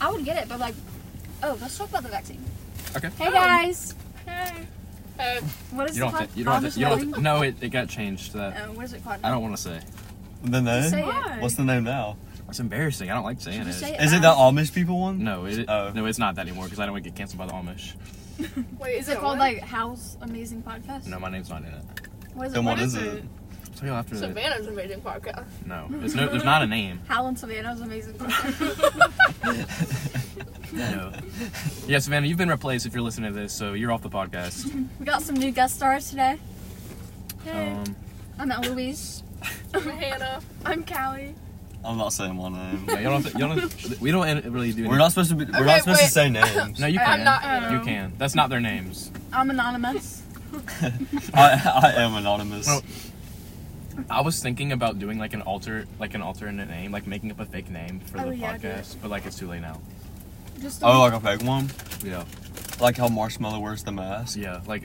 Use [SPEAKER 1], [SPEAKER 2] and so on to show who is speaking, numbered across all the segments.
[SPEAKER 1] don't get it, but like, oh, let's talk about the vaccine.
[SPEAKER 2] Okay.
[SPEAKER 1] Hey
[SPEAKER 3] Oh.
[SPEAKER 1] guys,
[SPEAKER 3] Uh,
[SPEAKER 1] what is
[SPEAKER 2] You
[SPEAKER 1] the
[SPEAKER 2] don't have to. You don't have to. You don't have to no, it, it got changed. To that
[SPEAKER 1] Uh, what is it called?
[SPEAKER 2] I don't want to say.
[SPEAKER 4] The name?
[SPEAKER 1] Say
[SPEAKER 3] Why?
[SPEAKER 4] What's the name now?
[SPEAKER 2] It's embarrassing. I don't like saying
[SPEAKER 1] Should you
[SPEAKER 2] it.
[SPEAKER 1] say it?
[SPEAKER 4] Is it the Amish people one?
[SPEAKER 2] No, it,
[SPEAKER 4] Oh.
[SPEAKER 2] no, it's not that anymore because I don't want to get canceled by the Amish.
[SPEAKER 3] Wait,
[SPEAKER 1] Is it called like How's Amazing Podcast?
[SPEAKER 2] No, my name's not in it.
[SPEAKER 1] What is it?
[SPEAKER 4] Then what
[SPEAKER 1] what
[SPEAKER 4] is
[SPEAKER 3] is
[SPEAKER 4] it?
[SPEAKER 3] it?
[SPEAKER 2] So you'll have to.
[SPEAKER 3] Savannah's amazing podcast?
[SPEAKER 2] No, there's no. There's not a name.
[SPEAKER 1] Hal and Savannah's Amazing Podcast.
[SPEAKER 2] No. yeah, Savannah, you've been replaced. If you're listening to this, so you're off the podcast.
[SPEAKER 1] we got some new guest stars today. Hey,
[SPEAKER 2] Um,
[SPEAKER 1] I'm at Louise.
[SPEAKER 3] I'm Hannah.
[SPEAKER 1] I'm Callie.
[SPEAKER 4] I'm not saying my name.
[SPEAKER 2] yeah, you don't. Have to, you don't have, we don't en- really do.
[SPEAKER 4] We're
[SPEAKER 2] any-
[SPEAKER 4] not supposed to be. We're
[SPEAKER 3] Okay,
[SPEAKER 4] not supposed
[SPEAKER 3] wait.
[SPEAKER 4] to say names.
[SPEAKER 2] No, you
[SPEAKER 3] I'm
[SPEAKER 2] can.
[SPEAKER 3] not-
[SPEAKER 2] You can. That's not their names.
[SPEAKER 1] I'm anonymous.
[SPEAKER 4] I, I am anonymous.
[SPEAKER 2] Well- I was thinking about doing like an alter, like an alternate name, like making up a fake name for
[SPEAKER 1] Oh,
[SPEAKER 2] the
[SPEAKER 1] yeah, do
[SPEAKER 2] podcast, but like it's too late now.
[SPEAKER 1] Just
[SPEAKER 4] oh, like a fake one.
[SPEAKER 2] Yeah.
[SPEAKER 4] Like how Marshmallow wears the mask,
[SPEAKER 2] Yeah. Like,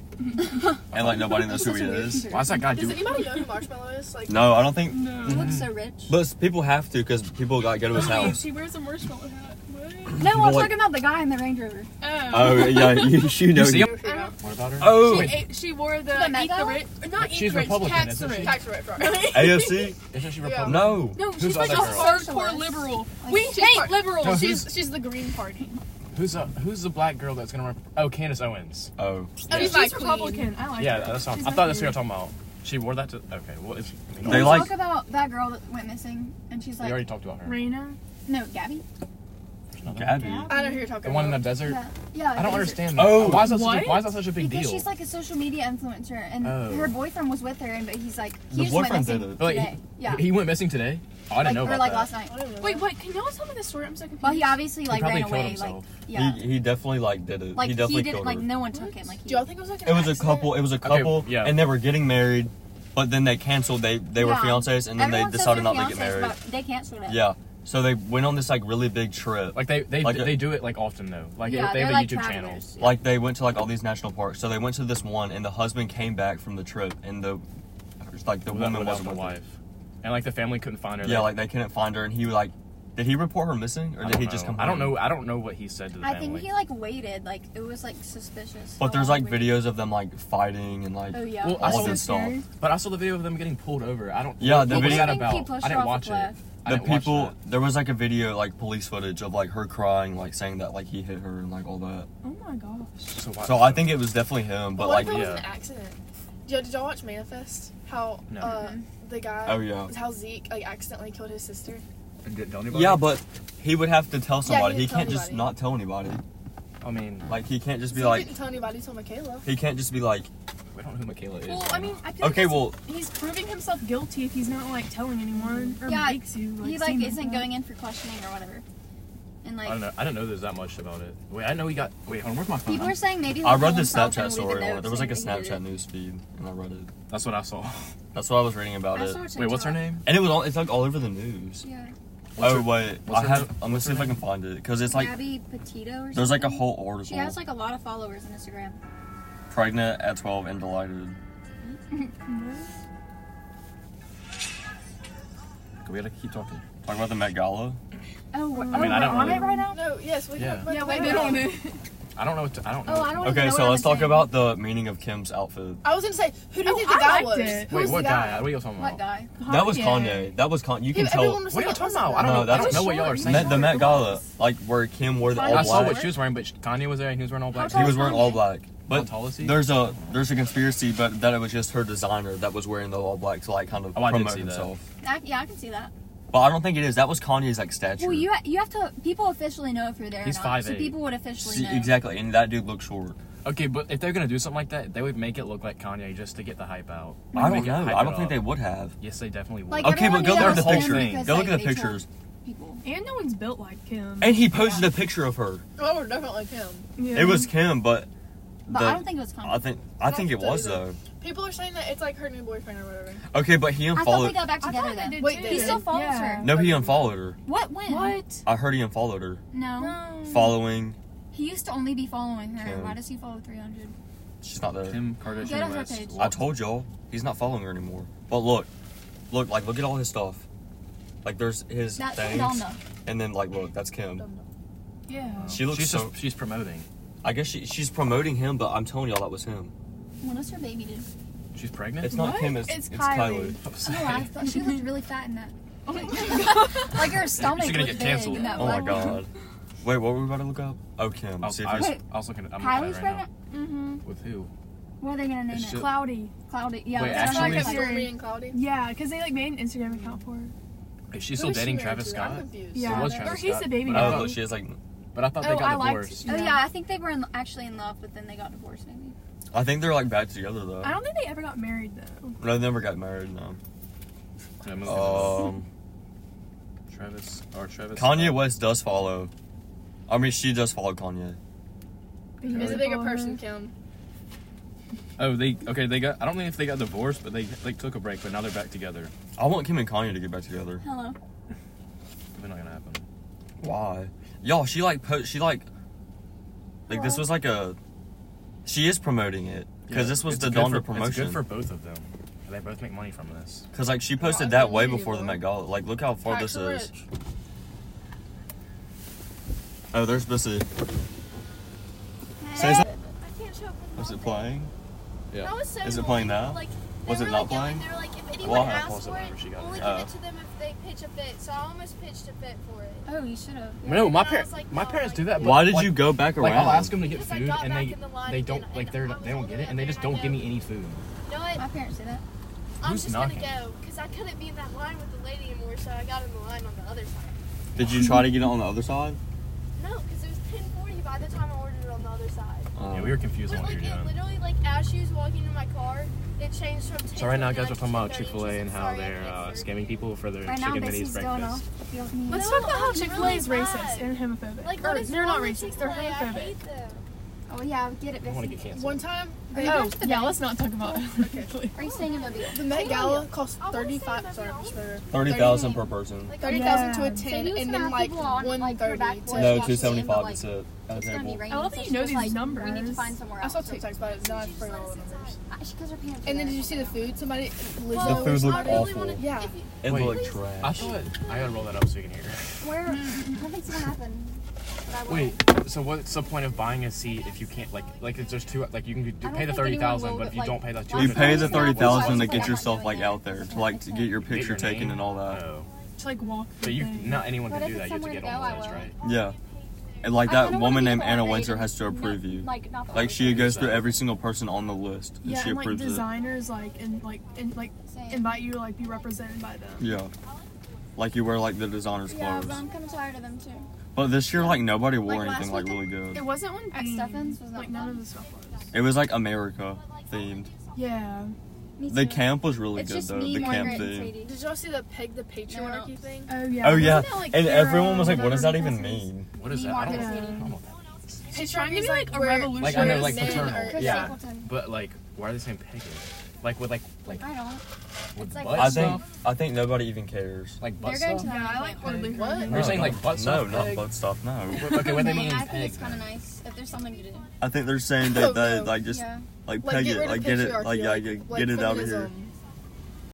[SPEAKER 4] and like nobody knows who he is.
[SPEAKER 2] why is that guy
[SPEAKER 3] Does
[SPEAKER 2] doing?
[SPEAKER 3] anybody know who Marshmallow is? Like,
[SPEAKER 4] No, I don't think.
[SPEAKER 1] you look
[SPEAKER 2] Mm-hmm.
[SPEAKER 1] so rich.
[SPEAKER 4] But people have to because people got to go to his
[SPEAKER 3] Oh, wait,
[SPEAKER 4] house.
[SPEAKER 3] she wears a marshmallow hat. What?
[SPEAKER 1] no, I'm
[SPEAKER 4] What?
[SPEAKER 1] talking about the guy in the Range Rover.
[SPEAKER 3] Oh.
[SPEAKER 4] Oh yeah, you, you know.
[SPEAKER 2] Uh, You see him?
[SPEAKER 3] Uh,
[SPEAKER 2] What about her?
[SPEAKER 4] Oh,
[SPEAKER 3] she, ate, she wore the,
[SPEAKER 1] The
[SPEAKER 3] eat
[SPEAKER 1] mega
[SPEAKER 3] the
[SPEAKER 1] one?
[SPEAKER 3] rich, not eat
[SPEAKER 2] She's
[SPEAKER 3] the rich,
[SPEAKER 2] Republican,
[SPEAKER 3] tax the
[SPEAKER 2] isn't
[SPEAKER 3] rich,
[SPEAKER 2] she?
[SPEAKER 3] tax the rich. Right?
[SPEAKER 4] AFC?
[SPEAKER 2] Isn't she
[SPEAKER 3] Republican?
[SPEAKER 4] No.
[SPEAKER 1] No,
[SPEAKER 2] Who's
[SPEAKER 1] she's
[SPEAKER 2] the
[SPEAKER 1] like a
[SPEAKER 2] other girl?
[SPEAKER 1] hardcore
[SPEAKER 3] hardcore
[SPEAKER 1] liberal.
[SPEAKER 3] liberal.
[SPEAKER 1] Like,
[SPEAKER 3] we
[SPEAKER 1] she's
[SPEAKER 3] hate
[SPEAKER 1] part-
[SPEAKER 3] liberals.
[SPEAKER 2] No,
[SPEAKER 3] she's
[SPEAKER 2] who's-
[SPEAKER 3] she's the Green Party.
[SPEAKER 2] Who's the Who's the black girl that's gonna run? Oh, Candace Owens.
[SPEAKER 4] Oh,
[SPEAKER 3] Oh,
[SPEAKER 2] Yeah.
[SPEAKER 3] she's my queen.
[SPEAKER 1] I like
[SPEAKER 2] Yeah,
[SPEAKER 1] her.
[SPEAKER 2] that's not.
[SPEAKER 1] She's
[SPEAKER 2] I
[SPEAKER 1] my
[SPEAKER 2] thought that's who you're
[SPEAKER 1] favorite.
[SPEAKER 2] talking about. She wore that to. Okay, well, it's. I mean,
[SPEAKER 4] They
[SPEAKER 1] Can we
[SPEAKER 4] like-
[SPEAKER 1] talk about that girl that went missing, and she's
[SPEAKER 2] we
[SPEAKER 1] like,
[SPEAKER 2] already talked about her.
[SPEAKER 3] Rena.
[SPEAKER 1] no, Gabby.
[SPEAKER 4] Gabby.
[SPEAKER 1] Yeah.
[SPEAKER 3] I know who you're talking
[SPEAKER 2] The one in the
[SPEAKER 3] about.
[SPEAKER 2] desert.
[SPEAKER 1] Yeah, yeah.
[SPEAKER 2] I don't
[SPEAKER 1] these are-
[SPEAKER 2] understand.
[SPEAKER 4] Oh.
[SPEAKER 2] that. why is that such a,
[SPEAKER 3] What?
[SPEAKER 2] why is that such a big
[SPEAKER 1] Because
[SPEAKER 2] deal?
[SPEAKER 1] she's like a social media influencer, and
[SPEAKER 2] Oh.
[SPEAKER 1] her boyfriend was with her, and but he's like, he
[SPEAKER 4] The
[SPEAKER 1] just went
[SPEAKER 4] boyfriend did
[SPEAKER 1] missing
[SPEAKER 4] it.
[SPEAKER 2] But, like,
[SPEAKER 1] today.
[SPEAKER 2] he,
[SPEAKER 1] yeah,
[SPEAKER 2] he went missing today. Oh, I
[SPEAKER 1] like,
[SPEAKER 2] didn't know
[SPEAKER 1] or
[SPEAKER 2] about
[SPEAKER 1] like
[SPEAKER 2] that.
[SPEAKER 1] last night.
[SPEAKER 3] Wait, what? Can y'all tell me the story? I'm so confused.
[SPEAKER 1] Well, he obviously like
[SPEAKER 2] probably
[SPEAKER 1] ran
[SPEAKER 2] killed
[SPEAKER 1] away. Like,
[SPEAKER 2] himself.
[SPEAKER 1] yeah,
[SPEAKER 4] He, he definitely like did it.
[SPEAKER 1] like
[SPEAKER 4] he definitely
[SPEAKER 1] didn't
[SPEAKER 4] killed
[SPEAKER 1] like
[SPEAKER 4] her.
[SPEAKER 1] no one took him. Like he,
[SPEAKER 3] Do y'all think it was like an
[SPEAKER 4] It was a
[SPEAKER 3] accident?
[SPEAKER 4] couple. It was a couple,
[SPEAKER 2] yeah.
[SPEAKER 4] and they were getting married, but then they canceled. They they were
[SPEAKER 1] Yeah.
[SPEAKER 4] fiancés, and then
[SPEAKER 1] Everyone
[SPEAKER 4] they
[SPEAKER 1] says
[SPEAKER 4] decided
[SPEAKER 1] they're
[SPEAKER 4] not to get
[SPEAKER 1] fiancés,
[SPEAKER 4] married.
[SPEAKER 1] but uh, They canceled it.
[SPEAKER 4] Yeah. So they went on this like really big trip. Like,
[SPEAKER 2] Like they they,
[SPEAKER 4] Like a-
[SPEAKER 2] they do it like often though. Like
[SPEAKER 1] Yeah,
[SPEAKER 2] they
[SPEAKER 1] they're
[SPEAKER 2] have a
[SPEAKER 1] like
[SPEAKER 2] YouTube channel.
[SPEAKER 1] travelers.
[SPEAKER 4] they went to like all these national parks. So they went to this one, and the husband came back from the trip, and the like the
[SPEAKER 2] Without,
[SPEAKER 4] woman
[SPEAKER 2] without
[SPEAKER 4] wasn't
[SPEAKER 2] the
[SPEAKER 4] with
[SPEAKER 2] wife, and like the family couldn't find her.
[SPEAKER 4] her. Yeah,
[SPEAKER 2] They-
[SPEAKER 4] like they couldn't find her, and he like, did he report her missing, or
[SPEAKER 2] I
[SPEAKER 4] did
[SPEAKER 2] don't
[SPEAKER 4] he
[SPEAKER 2] know.
[SPEAKER 4] just come?
[SPEAKER 2] I don't
[SPEAKER 4] home?
[SPEAKER 2] know. I don't know what he said to the
[SPEAKER 1] I
[SPEAKER 2] family.
[SPEAKER 1] think he like waited. Like it was like suspicious.
[SPEAKER 4] But
[SPEAKER 1] how
[SPEAKER 4] there's
[SPEAKER 1] long
[SPEAKER 4] like
[SPEAKER 1] he waited.
[SPEAKER 4] videos of them like fighting and like.
[SPEAKER 1] Oh yeah.
[SPEAKER 2] Well, I
[SPEAKER 1] That's
[SPEAKER 2] saw
[SPEAKER 1] so
[SPEAKER 2] this
[SPEAKER 4] stuff.
[SPEAKER 1] scary.
[SPEAKER 2] but I saw the video of them getting pulled over. I don't.
[SPEAKER 4] Yeah,
[SPEAKER 2] what
[SPEAKER 4] the
[SPEAKER 2] was
[SPEAKER 4] video-
[SPEAKER 2] that
[SPEAKER 1] I think
[SPEAKER 2] about?
[SPEAKER 1] he pushed
[SPEAKER 2] I
[SPEAKER 1] her
[SPEAKER 2] didn't
[SPEAKER 1] off
[SPEAKER 2] watch
[SPEAKER 1] the
[SPEAKER 2] it.
[SPEAKER 1] cliff.
[SPEAKER 2] I
[SPEAKER 4] The
[SPEAKER 2] didn't watch
[SPEAKER 4] people,
[SPEAKER 2] that.
[SPEAKER 4] there was like a video, like police footage of like her crying, like saying that like he hit her and like all that.
[SPEAKER 3] Oh my gosh.
[SPEAKER 2] So, why-
[SPEAKER 4] So I think it was definitely him, but
[SPEAKER 3] what
[SPEAKER 4] like,
[SPEAKER 3] if it was
[SPEAKER 2] yeah.
[SPEAKER 3] an accident? Yo, did y'all watch Manifest? How
[SPEAKER 2] No.
[SPEAKER 3] uh, the guy?
[SPEAKER 4] Oh, yeah.
[SPEAKER 3] How Zeke like accidentally killed his sister?
[SPEAKER 2] Did- don't anybody-
[SPEAKER 4] yeah, but he would have to tell somebody.
[SPEAKER 3] he
[SPEAKER 4] he
[SPEAKER 3] would
[SPEAKER 4] can't
[SPEAKER 3] tell
[SPEAKER 4] just
[SPEAKER 3] anybody.
[SPEAKER 4] not tell anybody.
[SPEAKER 2] I mean,
[SPEAKER 4] Like he can't just be
[SPEAKER 3] Zeke
[SPEAKER 4] like,
[SPEAKER 3] didn't tell anybody till Michaela.
[SPEAKER 4] he can't just be like,
[SPEAKER 2] we don't know who Michaela is.
[SPEAKER 5] Well, I mean, I feel
[SPEAKER 4] okay,
[SPEAKER 5] like
[SPEAKER 4] well,
[SPEAKER 5] he's- he's proving himself guilty if he's not like telling anyone or
[SPEAKER 1] Yeah,
[SPEAKER 5] makes you. Like,
[SPEAKER 1] He like
[SPEAKER 5] seem
[SPEAKER 1] isn't
[SPEAKER 5] that.
[SPEAKER 1] going in for questioning or whatever. And
[SPEAKER 2] I don't
[SPEAKER 1] like
[SPEAKER 2] know. I don't know there's that much about it. Wait, I know he got. Wait, hold on. Where's my phone?
[SPEAKER 1] people are saying maybe.
[SPEAKER 4] I
[SPEAKER 1] like,
[SPEAKER 4] read
[SPEAKER 1] no
[SPEAKER 4] the
[SPEAKER 1] one saw him
[SPEAKER 4] Snapchat
[SPEAKER 1] leave a
[SPEAKER 4] story.
[SPEAKER 1] note
[SPEAKER 4] There was like a
[SPEAKER 1] saying that
[SPEAKER 4] Snapchat
[SPEAKER 1] he
[SPEAKER 4] news feed, and I read it.
[SPEAKER 2] That's what I saw.
[SPEAKER 4] That's what I was reading about
[SPEAKER 1] did
[SPEAKER 4] it.
[SPEAKER 1] it. I saw a
[SPEAKER 2] Wait, what's her
[SPEAKER 1] TikTok.
[SPEAKER 2] name?
[SPEAKER 4] And it was all, it's like all over the news.
[SPEAKER 1] Yeah.
[SPEAKER 2] What's
[SPEAKER 4] oh
[SPEAKER 2] her-
[SPEAKER 4] wait,
[SPEAKER 2] what's
[SPEAKER 4] I
[SPEAKER 2] her-
[SPEAKER 4] have. I'm gonna see if
[SPEAKER 2] her
[SPEAKER 4] I can find it because it's like
[SPEAKER 1] Gabby Petito or
[SPEAKER 4] there's like a
[SPEAKER 1] something?
[SPEAKER 4] whole article.
[SPEAKER 1] She has like a lot of followers on Instagram.
[SPEAKER 4] pregnant at 12 and delighted.
[SPEAKER 2] We gotta keep talking.
[SPEAKER 4] Talk about the Met Gala.
[SPEAKER 1] Oh, we're, I
[SPEAKER 2] mean,
[SPEAKER 1] oh,
[SPEAKER 2] I
[SPEAKER 1] we're
[SPEAKER 2] don't
[SPEAKER 1] on
[SPEAKER 2] really-
[SPEAKER 1] it right now.
[SPEAKER 3] No, yes, we
[SPEAKER 2] Yeah.
[SPEAKER 3] have. but
[SPEAKER 5] Yeah,
[SPEAKER 3] they
[SPEAKER 5] wait, wait,
[SPEAKER 3] don't.
[SPEAKER 5] wait, wait.
[SPEAKER 2] I don't know. What to, I don't know.
[SPEAKER 1] Oh, I don't. even
[SPEAKER 4] Okay,
[SPEAKER 1] know
[SPEAKER 4] so
[SPEAKER 1] what
[SPEAKER 4] let's
[SPEAKER 1] I'm
[SPEAKER 4] talk
[SPEAKER 1] saying.
[SPEAKER 4] about the meaning of Kim's outfit.
[SPEAKER 3] I was gonna say, who do you
[SPEAKER 5] Oh,
[SPEAKER 3] think the
[SPEAKER 5] I
[SPEAKER 3] guy
[SPEAKER 5] liked
[SPEAKER 3] was?
[SPEAKER 5] it.
[SPEAKER 3] Who
[SPEAKER 2] Wait,
[SPEAKER 3] was
[SPEAKER 2] what
[SPEAKER 3] the
[SPEAKER 2] guy? What are you talking about?
[SPEAKER 1] what guy?
[SPEAKER 4] That was
[SPEAKER 5] Kanye.
[SPEAKER 4] Kanye. That was Kanye. You can
[SPEAKER 3] Yeah, everyone
[SPEAKER 4] tell.
[SPEAKER 3] was
[SPEAKER 2] What are y'all
[SPEAKER 3] like,
[SPEAKER 2] talking
[SPEAKER 3] "Oh,
[SPEAKER 2] about? I don't
[SPEAKER 4] No,
[SPEAKER 2] know. I
[SPEAKER 4] that
[SPEAKER 2] don't
[SPEAKER 4] was
[SPEAKER 2] know what y'all are
[SPEAKER 1] short.
[SPEAKER 2] saying.
[SPEAKER 4] Met, the Met
[SPEAKER 1] Kanye.
[SPEAKER 4] Gala, like where Kim wore the
[SPEAKER 1] Kanye.
[SPEAKER 4] all
[SPEAKER 2] I saw what
[SPEAKER 4] black.
[SPEAKER 2] she was wearing, but she- Kanye was there and he was wearing all black.
[SPEAKER 1] How
[SPEAKER 4] He was wearing all black.
[SPEAKER 2] How
[SPEAKER 4] But
[SPEAKER 2] tall is he?
[SPEAKER 4] there's a there's a conspiracy, but that it was just her designer that was wearing the all black to like kind of
[SPEAKER 2] Oh, I did
[SPEAKER 4] promote
[SPEAKER 2] see that.
[SPEAKER 4] himself.
[SPEAKER 1] I, yeah, I can see that.
[SPEAKER 4] But I don't think it is. That was Kanye's like statue.
[SPEAKER 1] Well, you you have to. People officially know if you're there.
[SPEAKER 2] He's
[SPEAKER 1] or not, So
[SPEAKER 2] 5'8".
[SPEAKER 1] people would officially
[SPEAKER 4] See,
[SPEAKER 1] know.
[SPEAKER 4] exactly, and that dude looked short.
[SPEAKER 2] Okay, but if they're gonna do something like that, they would make it look like Kanye just to get the hype out. Like,
[SPEAKER 4] I
[SPEAKER 2] make
[SPEAKER 4] don't
[SPEAKER 2] it-
[SPEAKER 4] know.
[SPEAKER 2] hype
[SPEAKER 4] I
[SPEAKER 2] it
[SPEAKER 4] don't think
[SPEAKER 2] up.
[SPEAKER 4] they would have.
[SPEAKER 2] Yes, they definitely would.
[SPEAKER 1] Like,
[SPEAKER 4] Okay,
[SPEAKER 1] everyone
[SPEAKER 4] but go
[SPEAKER 1] knew
[SPEAKER 4] look at
[SPEAKER 1] that
[SPEAKER 4] the
[SPEAKER 1] was him
[SPEAKER 2] pictures.
[SPEAKER 1] because,
[SPEAKER 4] Go look at the
[SPEAKER 1] they told
[SPEAKER 4] pictures.
[SPEAKER 1] People.
[SPEAKER 5] And no one's built like Kim.
[SPEAKER 4] And he posted a picture of her.
[SPEAKER 3] Oh, we're definitely him.
[SPEAKER 5] Yeah.
[SPEAKER 4] It was Kim, but
[SPEAKER 1] But I
[SPEAKER 4] the-
[SPEAKER 1] don't think it was Kanye.
[SPEAKER 4] I think I think it was though.
[SPEAKER 3] People are saying that it's like her new boyfriend or whatever.
[SPEAKER 4] Okay, but
[SPEAKER 1] I
[SPEAKER 4] he
[SPEAKER 1] thought they
[SPEAKER 4] unfollowed.
[SPEAKER 1] got back
[SPEAKER 5] I
[SPEAKER 1] together
[SPEAKER 5] thought they
[SPEAKER 1] then.
[SPEAKER 5] did
[SPEAKER 3] Wait,
[SPEAKER 5] too.
[SPEAKER 3] they
[SPEAKER 1] He
[SPEAKER 3] did.
[SPEAKER 1] still follows
[SPEAKER 5] Yeah.
[SPEAKER 1] her. Mm-hmm.
[SPEAKER 4] No, he unfollowed her.
[SPEAKER 1] What? When?
[SPEAKER 5] What?
[SPEAKER 4] I heard he unfollowed her.
[SPEAKER 1] No.
[SPEAKER 4] Following,
[SPEAKER 1] He used to only be following her.
[SPEAKER 4] Kim.
[SPEAKER 1] Why does he follow 300?
[SPEAKER 4] she's not there.
[SPEAKER 2] Kim
[SPEAKER 1] Get
[SPEAKER 2] Kardashian
[SPEAKER 1] on her
[SPEAKER 2] West.
[SPEAKER 1] page.
[SPEAKER 4] I told y'all he's not following her anymore. But look, look, like look at all his stuff. Like there's his
[SPEAKER 1] That's
[SPEAKER 4] things,
[SPEAKER 1] Madonna.
[SPEAKER 4] and then like look, that's Kim.
[SPEAKER 5] Yeah.
[SPEAKER 4] She looks
[SPEAKER 2] she's
[SPEAKER 4] so.
[SPEAKER 2] just she's promoting.
[SPEAKER 4] I guess she, she's promoting him, but I'm telling y'all that was him.
[SPEAKER 1] What does her baby do?
[SPEAKER 2] She's pregnant.
[SPEAKER 4] It's not
[SPEAKER 5] What?
[SPEAKER 4] him. It's,
[SPEAKER 5] It's
[SPEAKER 4] it's
[SPEAKER 5] Kylie.
[SPEAKER 4] Kylie.
[SPEAKER 2] I'm
[SPEAKER 1] Oh,
[SPEAKER 2] sorry.
[SPEAKER 1] I thought she looked really fat in that.
[SPEAKER 5] Oh my god.
[SPEAKER 1] Like her stomach
[SPEAKER 2] gonna
[SPEAKER 1] was
[SPEAKER 2] get
[SPEAKER 1] big
[SPEAKER 2] canceled.
[SPEAKER 1] in that
[SPEAKER 4] Oh my
[SPEAKER 1] photo.
[SPEAKER 4] god. Wait, what were we about to look up? Oh, Kim.
[SPEAKER 2] I was,
[SPEAKER 4] See if
[SPEAKER 2] I was,
[SPEAKER 4] he's-
[SPEAKER 1] Wait.
[SPEAKER 2] I was looking at. I'm looking at it
[SPEAKER 1] Kylie's
[SPEAKER 2] right
[SPEAKER 1] pregnant.
[SPEAKER 5] mm-hmm.
[SPEAKER 2] now. With who?
[SPEAKER 1] What are they gonna name
[SPEAKER 2] It's
[SPEAKER 1] it?
[SPEAKER 2] just-
[SPEAKER 5] Cloudy.
[SPEAKER 1] Cloudy. Yeah.
[SPEAKER 2] Wait,
[SPEAKER 1] that's
[SPEAKER 3] That's
[SPEAKER 1] what
[SPEAKER 3] why
[SPEAKER 1] I'm
[SPEAKER 3] I
[SPEAKER 2] actually-
[SPEAKER 3] kept
[SPEAKER 1] like,
[SPEAKER 3] filming and cloudy.
[SPEAKER 5] Yeah, because they like made an Instagram account for her.
[SPEAKER 2] Is she
[SPEAKER 3] Who
[SPEAKER 2] still
[SPEAKER 3] is she
[SPEAKER 2] dating
[SPEAKER 3] married
[SPEAKER 2] Travis
[SPEAKER 3] to? I'm
[SPEAKER 2] Scott?
[SPEAKER 3] confused.
[SPEAKER 5] Yeah.
[SPEAKER 2] It was
[SPEAKER 5] Or
[SPEAKER 2] Travis
[SPEAKER 5] he's
[SPEAKER 2] Scott.
[SPEAKER 5] the baby
[SPEAKER 2] but, I
[SPEAKER 4] Oh,
[SPEAKER 5] daddy.
[SPEAKER 4] look,
[SPEAKER 2] thought,
[SPEAKER 4] she has like.
[SPEAKER 2] but I thought they
[SPEAKER 5] Oh, I
[SPEAKER 2] got
[SPEAKER 5] liked-
[SPEAKER 2] divorced.
[SPEAKER 1] Oh
[SPEAKER 5] Yeah.
[SPEAKER 1] yeah, I think they were in, actually in love, but then they got divorced. Maybe.
[SPEAKER 4] I think they're like back together though.
[SPEAKER 5] I don't think they ever got married though.
[SPEAKER 4] No, they never got married. No.
[SPEAKER 2] Yeah, I'm looking at this.
[SPEAKER 4] Um,
[SPEAKER 2] Travis or Travis.
[SPEAKER 4] Kanye
[SPEAKER 2] Scott.
[SPEAKER 4] West does follow. I mean, she does follow Kanye.
[SPEAKER 5] But he
[SPEAKER 3] He's a
[SPEAKER 5] doesn't
[SPEAKER 3] bigger
[SPEAKER 5] follow her.
[SPEAKER 3] person, Kim.
[SPEAKER 2] Oh, they okay. They got. I don't know if they got divorced, but they like took a break. But now they're back together.
[SPEAKER 4] I want Kim and Kanye to get back together.
[SPEAKER 1] Hello.
[SPEAKER 2] Probably not gonna happen.
[SPEAKER 4] Why? Y'all, she like po- she like like this
[SPEAKER 1] Hello.
[SPEAKER 4] was like a she is promoting it because
[SPEAKER 2] Yeah,
[SPEAKER 4] this was
[SPEAKER 2] it's
[SPEAKER 4] the
[SPEAKER 2] good
[SPEAKER 4] dawn
[SPEAKER 2] for-
[SPEAKER 4] of promotion.
[SPEAKER 2] It's good for both of them. They both make money from this.
[SPEAKER 4] Cause like she posted
[SPEAKER 3] I
[SPEAKER 4] that
[SPEAKER 3] couldn't
[SPEAKER 4] way
[SPEAKER 3] hear you,
[SPEAKER 4] before the
[SPEAKER 3] bro.
[SPEAKER 4] Met Gala. Like look how far
[SPEAKER 3] Tax
[SPEAKER 4] this
[SPEAKER 3] the
[SPEAKER 4] is.
[SPEAKER 3] rich.
[SPEAKER 4] Oh, there's Bissy. Say
[SPEAKER 1] Hey.
[SPEAKER 4] something.
[SPEAKER 6] I can't show up with
[SPEAKER 4] Was
[SPEAKER 6] nothing.
[SPEAKER 4] it playing?
[SPEAKER 6] That was so
[SPEAKER 4] Is it
[SPEAKER 6] cool.
[SPEAKER 4] playing now?
[SPEAKER 6] Like, they
[SPEAKER 4] Was
[SPEAKER 6] were,
[SPEAKER 4] it
[SPEAKER 6] like,
[SPEAKER 4] not playing?
[SPEAKER 6] Yelling. They were like, if anyone
[SPEAKER 4] Well, I
[SPEAKER 6] asks
[SPEAKER 2] paused it
[SPEAKER 6] for it,
[SPEAKER 2] whenever she got
[SPEAKER 6] only
[SPEAKER 2] it.
[SPEAKER 6] give
[SPEAKER 4] Oh.
[SPEAKER 6] it to them if they pitch a fit. So I almost pitched a fit for it.
[SPEAKER 1] Oh, you should have.
[SPEAKER 2] No, my
[SPEAKER 6] I was
[SPEAKER 2] parents.
[SPEAKER 6] like,
[SPEAKER 2] my
[SPEAKER 6] no,
[SPEAKER 2] parents
[SPEAKER 6] like-
[SPEAKER 2] do that. Uh, but,
[SPEAKER 4] Why did
[SPEAKER 2] like-
[SPEAKER 4] you go back around?
[SPEAKER 2] Like I'll ask them to get
[SPEAKER 6] Because I
[SPEAKER 2] food,
[SPEAKER 6] got
[SPEAKER 2] and
[SPEAKER 6] back
[SPEAKER 2] they
[SPEAKER 6] in the line
[SPEAKER 2] they
[SPEAKER 6] and
[SPEAKER 2] don't
[SPEAKER 6] I-
[SPEAKER 2] like
[SPEAKER 6] and
[SPEAKER 2] they're
[SPEAKER 6] I was
[SPEAKER 2] they don't
[SPEAKER 6] older
[SPEAKER 2] get it, and
[SPEAKER 6] than
[SPEAKER 2] they
[SPEAKER 6] her,
[SPEAKER 2] just
[SPEAKER 6] I
[SPEAKER 2] don't give
[SPEAKER 6] know.
[SPEAKER 2] me any food.
[SPEAKER 6] No, it,
[SPEAKER 1] My parents do that.
[SPEAKER 6] I'm
[SPEAKER 2] Who's
[SPEAKER 6] just
[SPEAKER 2] knocking?
[SPEAKER 6] gonna go because I couldn't be in that line with the lady anymore, so I got in the line on the other side.
[SPEAKER 4] Did you try to get it on the other side?
[SPEAKER 6] No, because it was 10:40 by the time I ordered it on the other side.
[SPEAKER 4] Um,
[SPEAKER 2] yeah, we were confused
[SPEAKER 6] But
[SPEAKER 2] on what
[SPEAKER 6] like
[SPEAKER 2] you were
[SPEAKER 6] it
[SPEAKER 2] doing.
[SPEAKER 6] literally like as she was walking to my car, it changed from. 10
[SPEAKER 2] So right now, guys, we're
[SPEAKER 6] like,
[SPEAKER 2] talking about
[SPEAKER 6] 10:30,
[SPEAKER 2] Chick Fil A
[SPEAKER 6] she's
[SPEAKER 2] uh, and
[SPEAKER 6] like,
[SPEAKER 2] how
[SPEAKER 6] "Sorry, I
[SPEAKER 2] they're
[SPEAKER 6] can't
[SPEAKER 2] uh,
[SPEAKER 6] serve
[SPEAKER 2] scamming
[SPEAKER 6] you."
[SPEAKER 2] people for their
[SPEAKER 1] Right now,
[SPEAKER 2] chicken minis
[SPEAKER 1] Bessie's going off.
[SPEAKER 2] breakfast.
[SPEAKER 1] if you want me.
[SPEAKER 5] Let's
[SPEAKER 6] No,
[SPEAKER 5] talk about how
[SPEAKER 6] I'm
[SPEAKER 5] Chick Fil A is
[SPEAKER 6] really
[SPEAKER 5] racist
[SPEAKER 6] bad.
[SPEAKER 5] and homophobic.
[SPEAKER 6] Like,
[SPEAKER 5] Or,
[SPEAKER 6] what is
[SPEAKER 5] they're not
[SPEAKER 6] wrong with
[SPEAKER 5] racist. They're
[SPEAKER 6] Chick-fil-A? I
[SPEAKER 5] homophobic.
[SPEAKER 6] hate them.
[SPEAKER 1] Oh yeah, I get it,
[SPEAKER 2] I want
[SPEAKER 1] Bessie.
[SPEAKER 2] to get canceled.
[SPEAKER 3] One time,
[SPEAKER 1] Are
[SPEAKER 3] they
[SPEAKER 1] you going
[SPEAKER 3] did-
[SPEAKER 1] to the
[SPEAKER 5] Yeah,
[SPEAKER 1] Met?
[SPEAKER 5] let's not talk about it.
[SPEAKER 1] Are you staying in Mobile?
[SPEAKER 3] the Met Gala cost
[SPEAKER 6] I wanna say
[SPEAKER 3] thirty-five.
[SPEAKER 6] that
[SPEAKER 3] Sorry,
[SPEAKER 6] now.
[SPEAKER 3] I swear.
[SPEAKER 4] Thirty thousand per person.
[SPEAKER 6] Like,
[SPEAKER 3] Thirty
[SPEAKER 6] yeah.
[SPEAKER 3] thousand to
[SPEAKER 5] Yeah.
[SPEAKER 3] a
[SPEAKER 1] So
[SPEAKER 3] ten,
[SPEAKER 1] you just gonna
[SPEAKER 3] and then
[SPEAKER 1] have
[SPEAKER 3] like
[SPEAKER 1] people on, like,
[SPEAKER 3] one
[SPEAKER 1] your
[SPEAKER 3] thirty
[SPEAKER 1] back
[SPEAKER 3] to.
[SPEAKER 1] porch
[SPEAKER 4] No,
[SPEAKER 1] watching
[SPEAKER 4] two
[SPEAKER 1] it,
[SPEAKER 4] seventy
[SPEAKER 1] but,
[SPEAKER 4] five.
[SPEAKER 1] like,
[SPEAKER 4] That's it.
[SPEAKER 1] It's gonna be raining.
[SPEAKER 5] I love that
[SPEAKER 1] so
[SPEAKER 5] you
[SPEAKER 1] she
[SPEAKER 5] know
[SPEAKER 1] was
[SPEAKER 5] these
[SPEAKER 1] like, We need to
[SPEAKER 5] numbers.
[SPEAKER 1] find somewhere
[SPEAKER 3] I
[SPEAKER 1] else.
[SPEAKER 3] saw TikToks about it. Now I
[SPEAKER 6] She just
[SPEAKER 3] forget
[SPEAKER 6] let
[SPEAKER 3] all
[SPEAKER 6] us
[SPEAKER 3] the numbers.
[SPEAKER 6] inside.
[SPEAKER 1] Because her parents.
[SPEAKER 3] And then
[SPEAKER 1] did
[SPEAKER 3] did you see the food? Somebody
[SPEAKER 4] The
[SPEAKER 2] Oh,
[SPEAKER 3] Lizzo.
[SPEAKER 4] food
[SPEAKER 6] I
[SPEAKER 4] looked
[SPEAKER 6] really
[SPEAKER 4] awful.
[SPEAKER 6] wanna-
[SPEAKER 3] Yeah.
[SPEAKER 6] if you-
[SPEAKER 4] It
[SPEAKER 2] Wait.
[SPEAKER 4] looked
[SPEAKER 2] Oh, I
[SPEAKER 4] trash.
[SPEAKER 2] thought I gotta roll that up so you can hear.
[SPEAKER 1] Where? Nothing's gonna happen. But I will.
[SPEAKER 2] Wait, so what's the point of buying a seat if you can't like like if there's two like you can do,
[SPEAKER 1] I don't
[SPEAKER 2] pay the
[SPEAKER 1] think
[SPEAKER 2] thirty
[SPEAKER 1] anyone
[SPEAKER 2] thousand,
[SPEAKER 1] will,
[SPEAKER 2] but if you
[SPEAKER 1] but, like,
[SPEAKER 2] don't pay the two,
[SPEAKER 1] why
[SPEAKER 4] You
[SPEAKER 1] Dude,
[SPEAKER 4] pay
[SPEAKER 1] that
[SPEAKER 4] the
[SPEAKER 1] was
[SPEAKER 4] thirty thousand to
[SPEAKER 1] not
[SPEAKER 4] get
[SPEAKER 1] what
[SPEAKER 4] yourself
[SPEAKER 1] I'm
[SPEAKER 4] like
[SPEAKER 1] doing.
[SPEAKER 4] out there to like to get your
[SPEAKER 2] get your
[SPEAKER 4] picture taken
[SPEAKER 2] name?
[SPEAKER 4] and all that.
[SPEAKER 2] Oh,
[SPEAKER 5] Just like walk.
[SPEAKER 2] but you not anyone
[SPEAKER 1] Mm. But
[SPEAKER 2] can
[SPEAKER 1] if it's
[SPEAKER 2] do that. You have to
[SPEAKER 1] somewhere
[SPEAKER 2] get
[SPEAKER 1] to go,
[SPEAKER 2] on
[SPEAKER 1] I
[SPEAKER 2] the list,
[SPEAKER 1] will.
[SPEAKER 2] right?
[SPEAKER 4] Yeah, and
[SPEAKER 1] I
[SPEAKER 4] like that
[SPEAKER 1] kinda wanna
[SPEAKER 4] woman
[SPEAKER 1] be
[SPEAKER 4] named Anna
[SPEAKER 1] cooperative.
[SPEAKER 4] Windsor has to approve
[SPEAKER 1] No,
[SPEAKER 4] you.
[SPEAKER 1] Like not the
[SPEAKER 4] Like she
[SPEAKER 2] Okay,
[SPEAKER 4] goes
[SPEAKER 2] so-
[SPEAKER 4] through every single person on the list and
[SPEAKER 5] Yeah,
[SPEAKER 4] she
[SPEAKER 5] and like
[SPEAKER 4] approves it.
[SPEAKER 5] designers like and like and like
[SPEAKER 1] Same.
[SPEAKER 5] invite you to like be represented by them.
[SPEAKER 4] Yeah. Like you wear like the designer's
[SPEAKER 1] Yeah,
[SPEAKER 4] clothes.
[SPEAKER 1] but I'm kind of tired of them too.
[SPEAKER 4] But this year like nobody wore
[SPEAKER 1] Like, last
[SPEAKER 4] anything like
[SPEAKER 1] weekend,
[SPEAKER 4] really good.
[SPEAKER 5] It wasn't one
[SPEAKER 1] At
[SPEAKER 5] thing.
[SPEAKER 1] Stefan's was not
[SPEAKER 5] like none
[SPEAKER 1] fun.
[SPEAKER 5] of the stuff was.
[SPEAKER 4] It was like America themed.
[SPEAKER 5] Yeah.
[SPEAKER 1] Me
[SPEAKER 4] The
[SPEAKER 1] too.
[SPEAKER 4] camp was really
[SPEAKER 1] It's
[SPEAKER 4] good
[SPEAKER 1] just
[SPEAKER 4] though.
[SPEAKER 1] me,
[SPEAKER 4] the camp
[SPEAKER 1] Margaret, and
[SPEAKER 4] theme.
[SPEAKER 1] Sadie.
[SPEAKER 3] Did y'all see the peg the patriarchy thing?
[SPEAKER 5] Oh yeah.
[SPEAKER 4] Oh yeah.
[SPEAKER 5] Wasn't it, like,
[SPEAKER 4] and
[SPEAKER 5] Kira
[SPEAKER 4] everyone was
[SPEAKER 5] or
[SPEAKER 4] like, what does that
[SPEAKER 5] whatever her
[SPEAKER 4] even
[SPEAKER 5] face is?
[SPEAKER 4] mean?
[SPEAKER 2] What is
[SPEAKER 1] Me,
[SPEAKER 2] that? I don't,
[SPEAKER 1] Margaret,
[SPEAKER 2] I
[SPEAKER 1] Sadie.
[SPEAKER 2] don't know what that is.
[SPEAKER 5] It's trying to be like a
[SPEAKER 3] where-
[SPEAKER 5] revolution.
[SPEAKER 2] Like I know, like
[SPEAKER 3] Men
[SPEAKER 2] paternal.
[SPEAKER 3] are-
[SPEAKER 1] Chris
[SPEAKER 2] yeah.
[SPEAKER 1] Stapleton.
[SPEAKER 2] But like, why are they saying pig? Like with like like
[SPEAKER 1] I don't.
[SPEAKER 2] with
[SPEAKER 1] It's like-
[SPEAKER 2] butt
[SPEAKER 4] I
[SPEAKER 2] stuff.
[SPEAKER 4] think I think nobody even cares.
[SPEAKER 2] Like butt
[SPEAKER 1] They're going
[SPEAKER 2] stuff.
[SPEAKER 1] to.
[SPEAKER 5] yeah, I like hardly
[SPEAKER 3] What?
[SPEAKER 5] heard of
[SPEAKER 2] You're
[SPEAKER 5] it.
[SPEAKER 2] saying, like, butt
[SPEAKER 4] No,
[SPEAKER 2] stuff?
[SPEAKER 4] not
[SPEAKER 2] Like-
[SPEAKER 4] butt stuff. No.
[SPEAKER 2] okay, what do they mean?
[SPEAKER 1] I think
[SPEAKER 2] pig?
[SPEAKER 1] it's kind of
[SPEAKER 2] then?
[SPEAKER 1] nice if there's something to do.
[SPEAKER 4] I think they're saying that
[SPEAKER 3] Oh,
[SPEAKER 4] they
[SPEAKER 3] no.
[SPEAKER 4] like just
[SPEAKER 1] yeah.
[SPEAKER 4] like
[SPEAKER 3] Like
[SPEAKER 4] peg
[SPEAKER 3] get
[SPEAKER 4] it,
[SPEAKER 3] rid
[SPEAKER 4] like
[SPEAKER 3] of
[SPEAKER 4] get
[SPEAKER 3] patriarchy.
[SPEAKER 4] it, like yeah, get,
[SPEAKER 3] like
[SPEAKER 4] get it out of here.
[SPEAKER 3] feminism.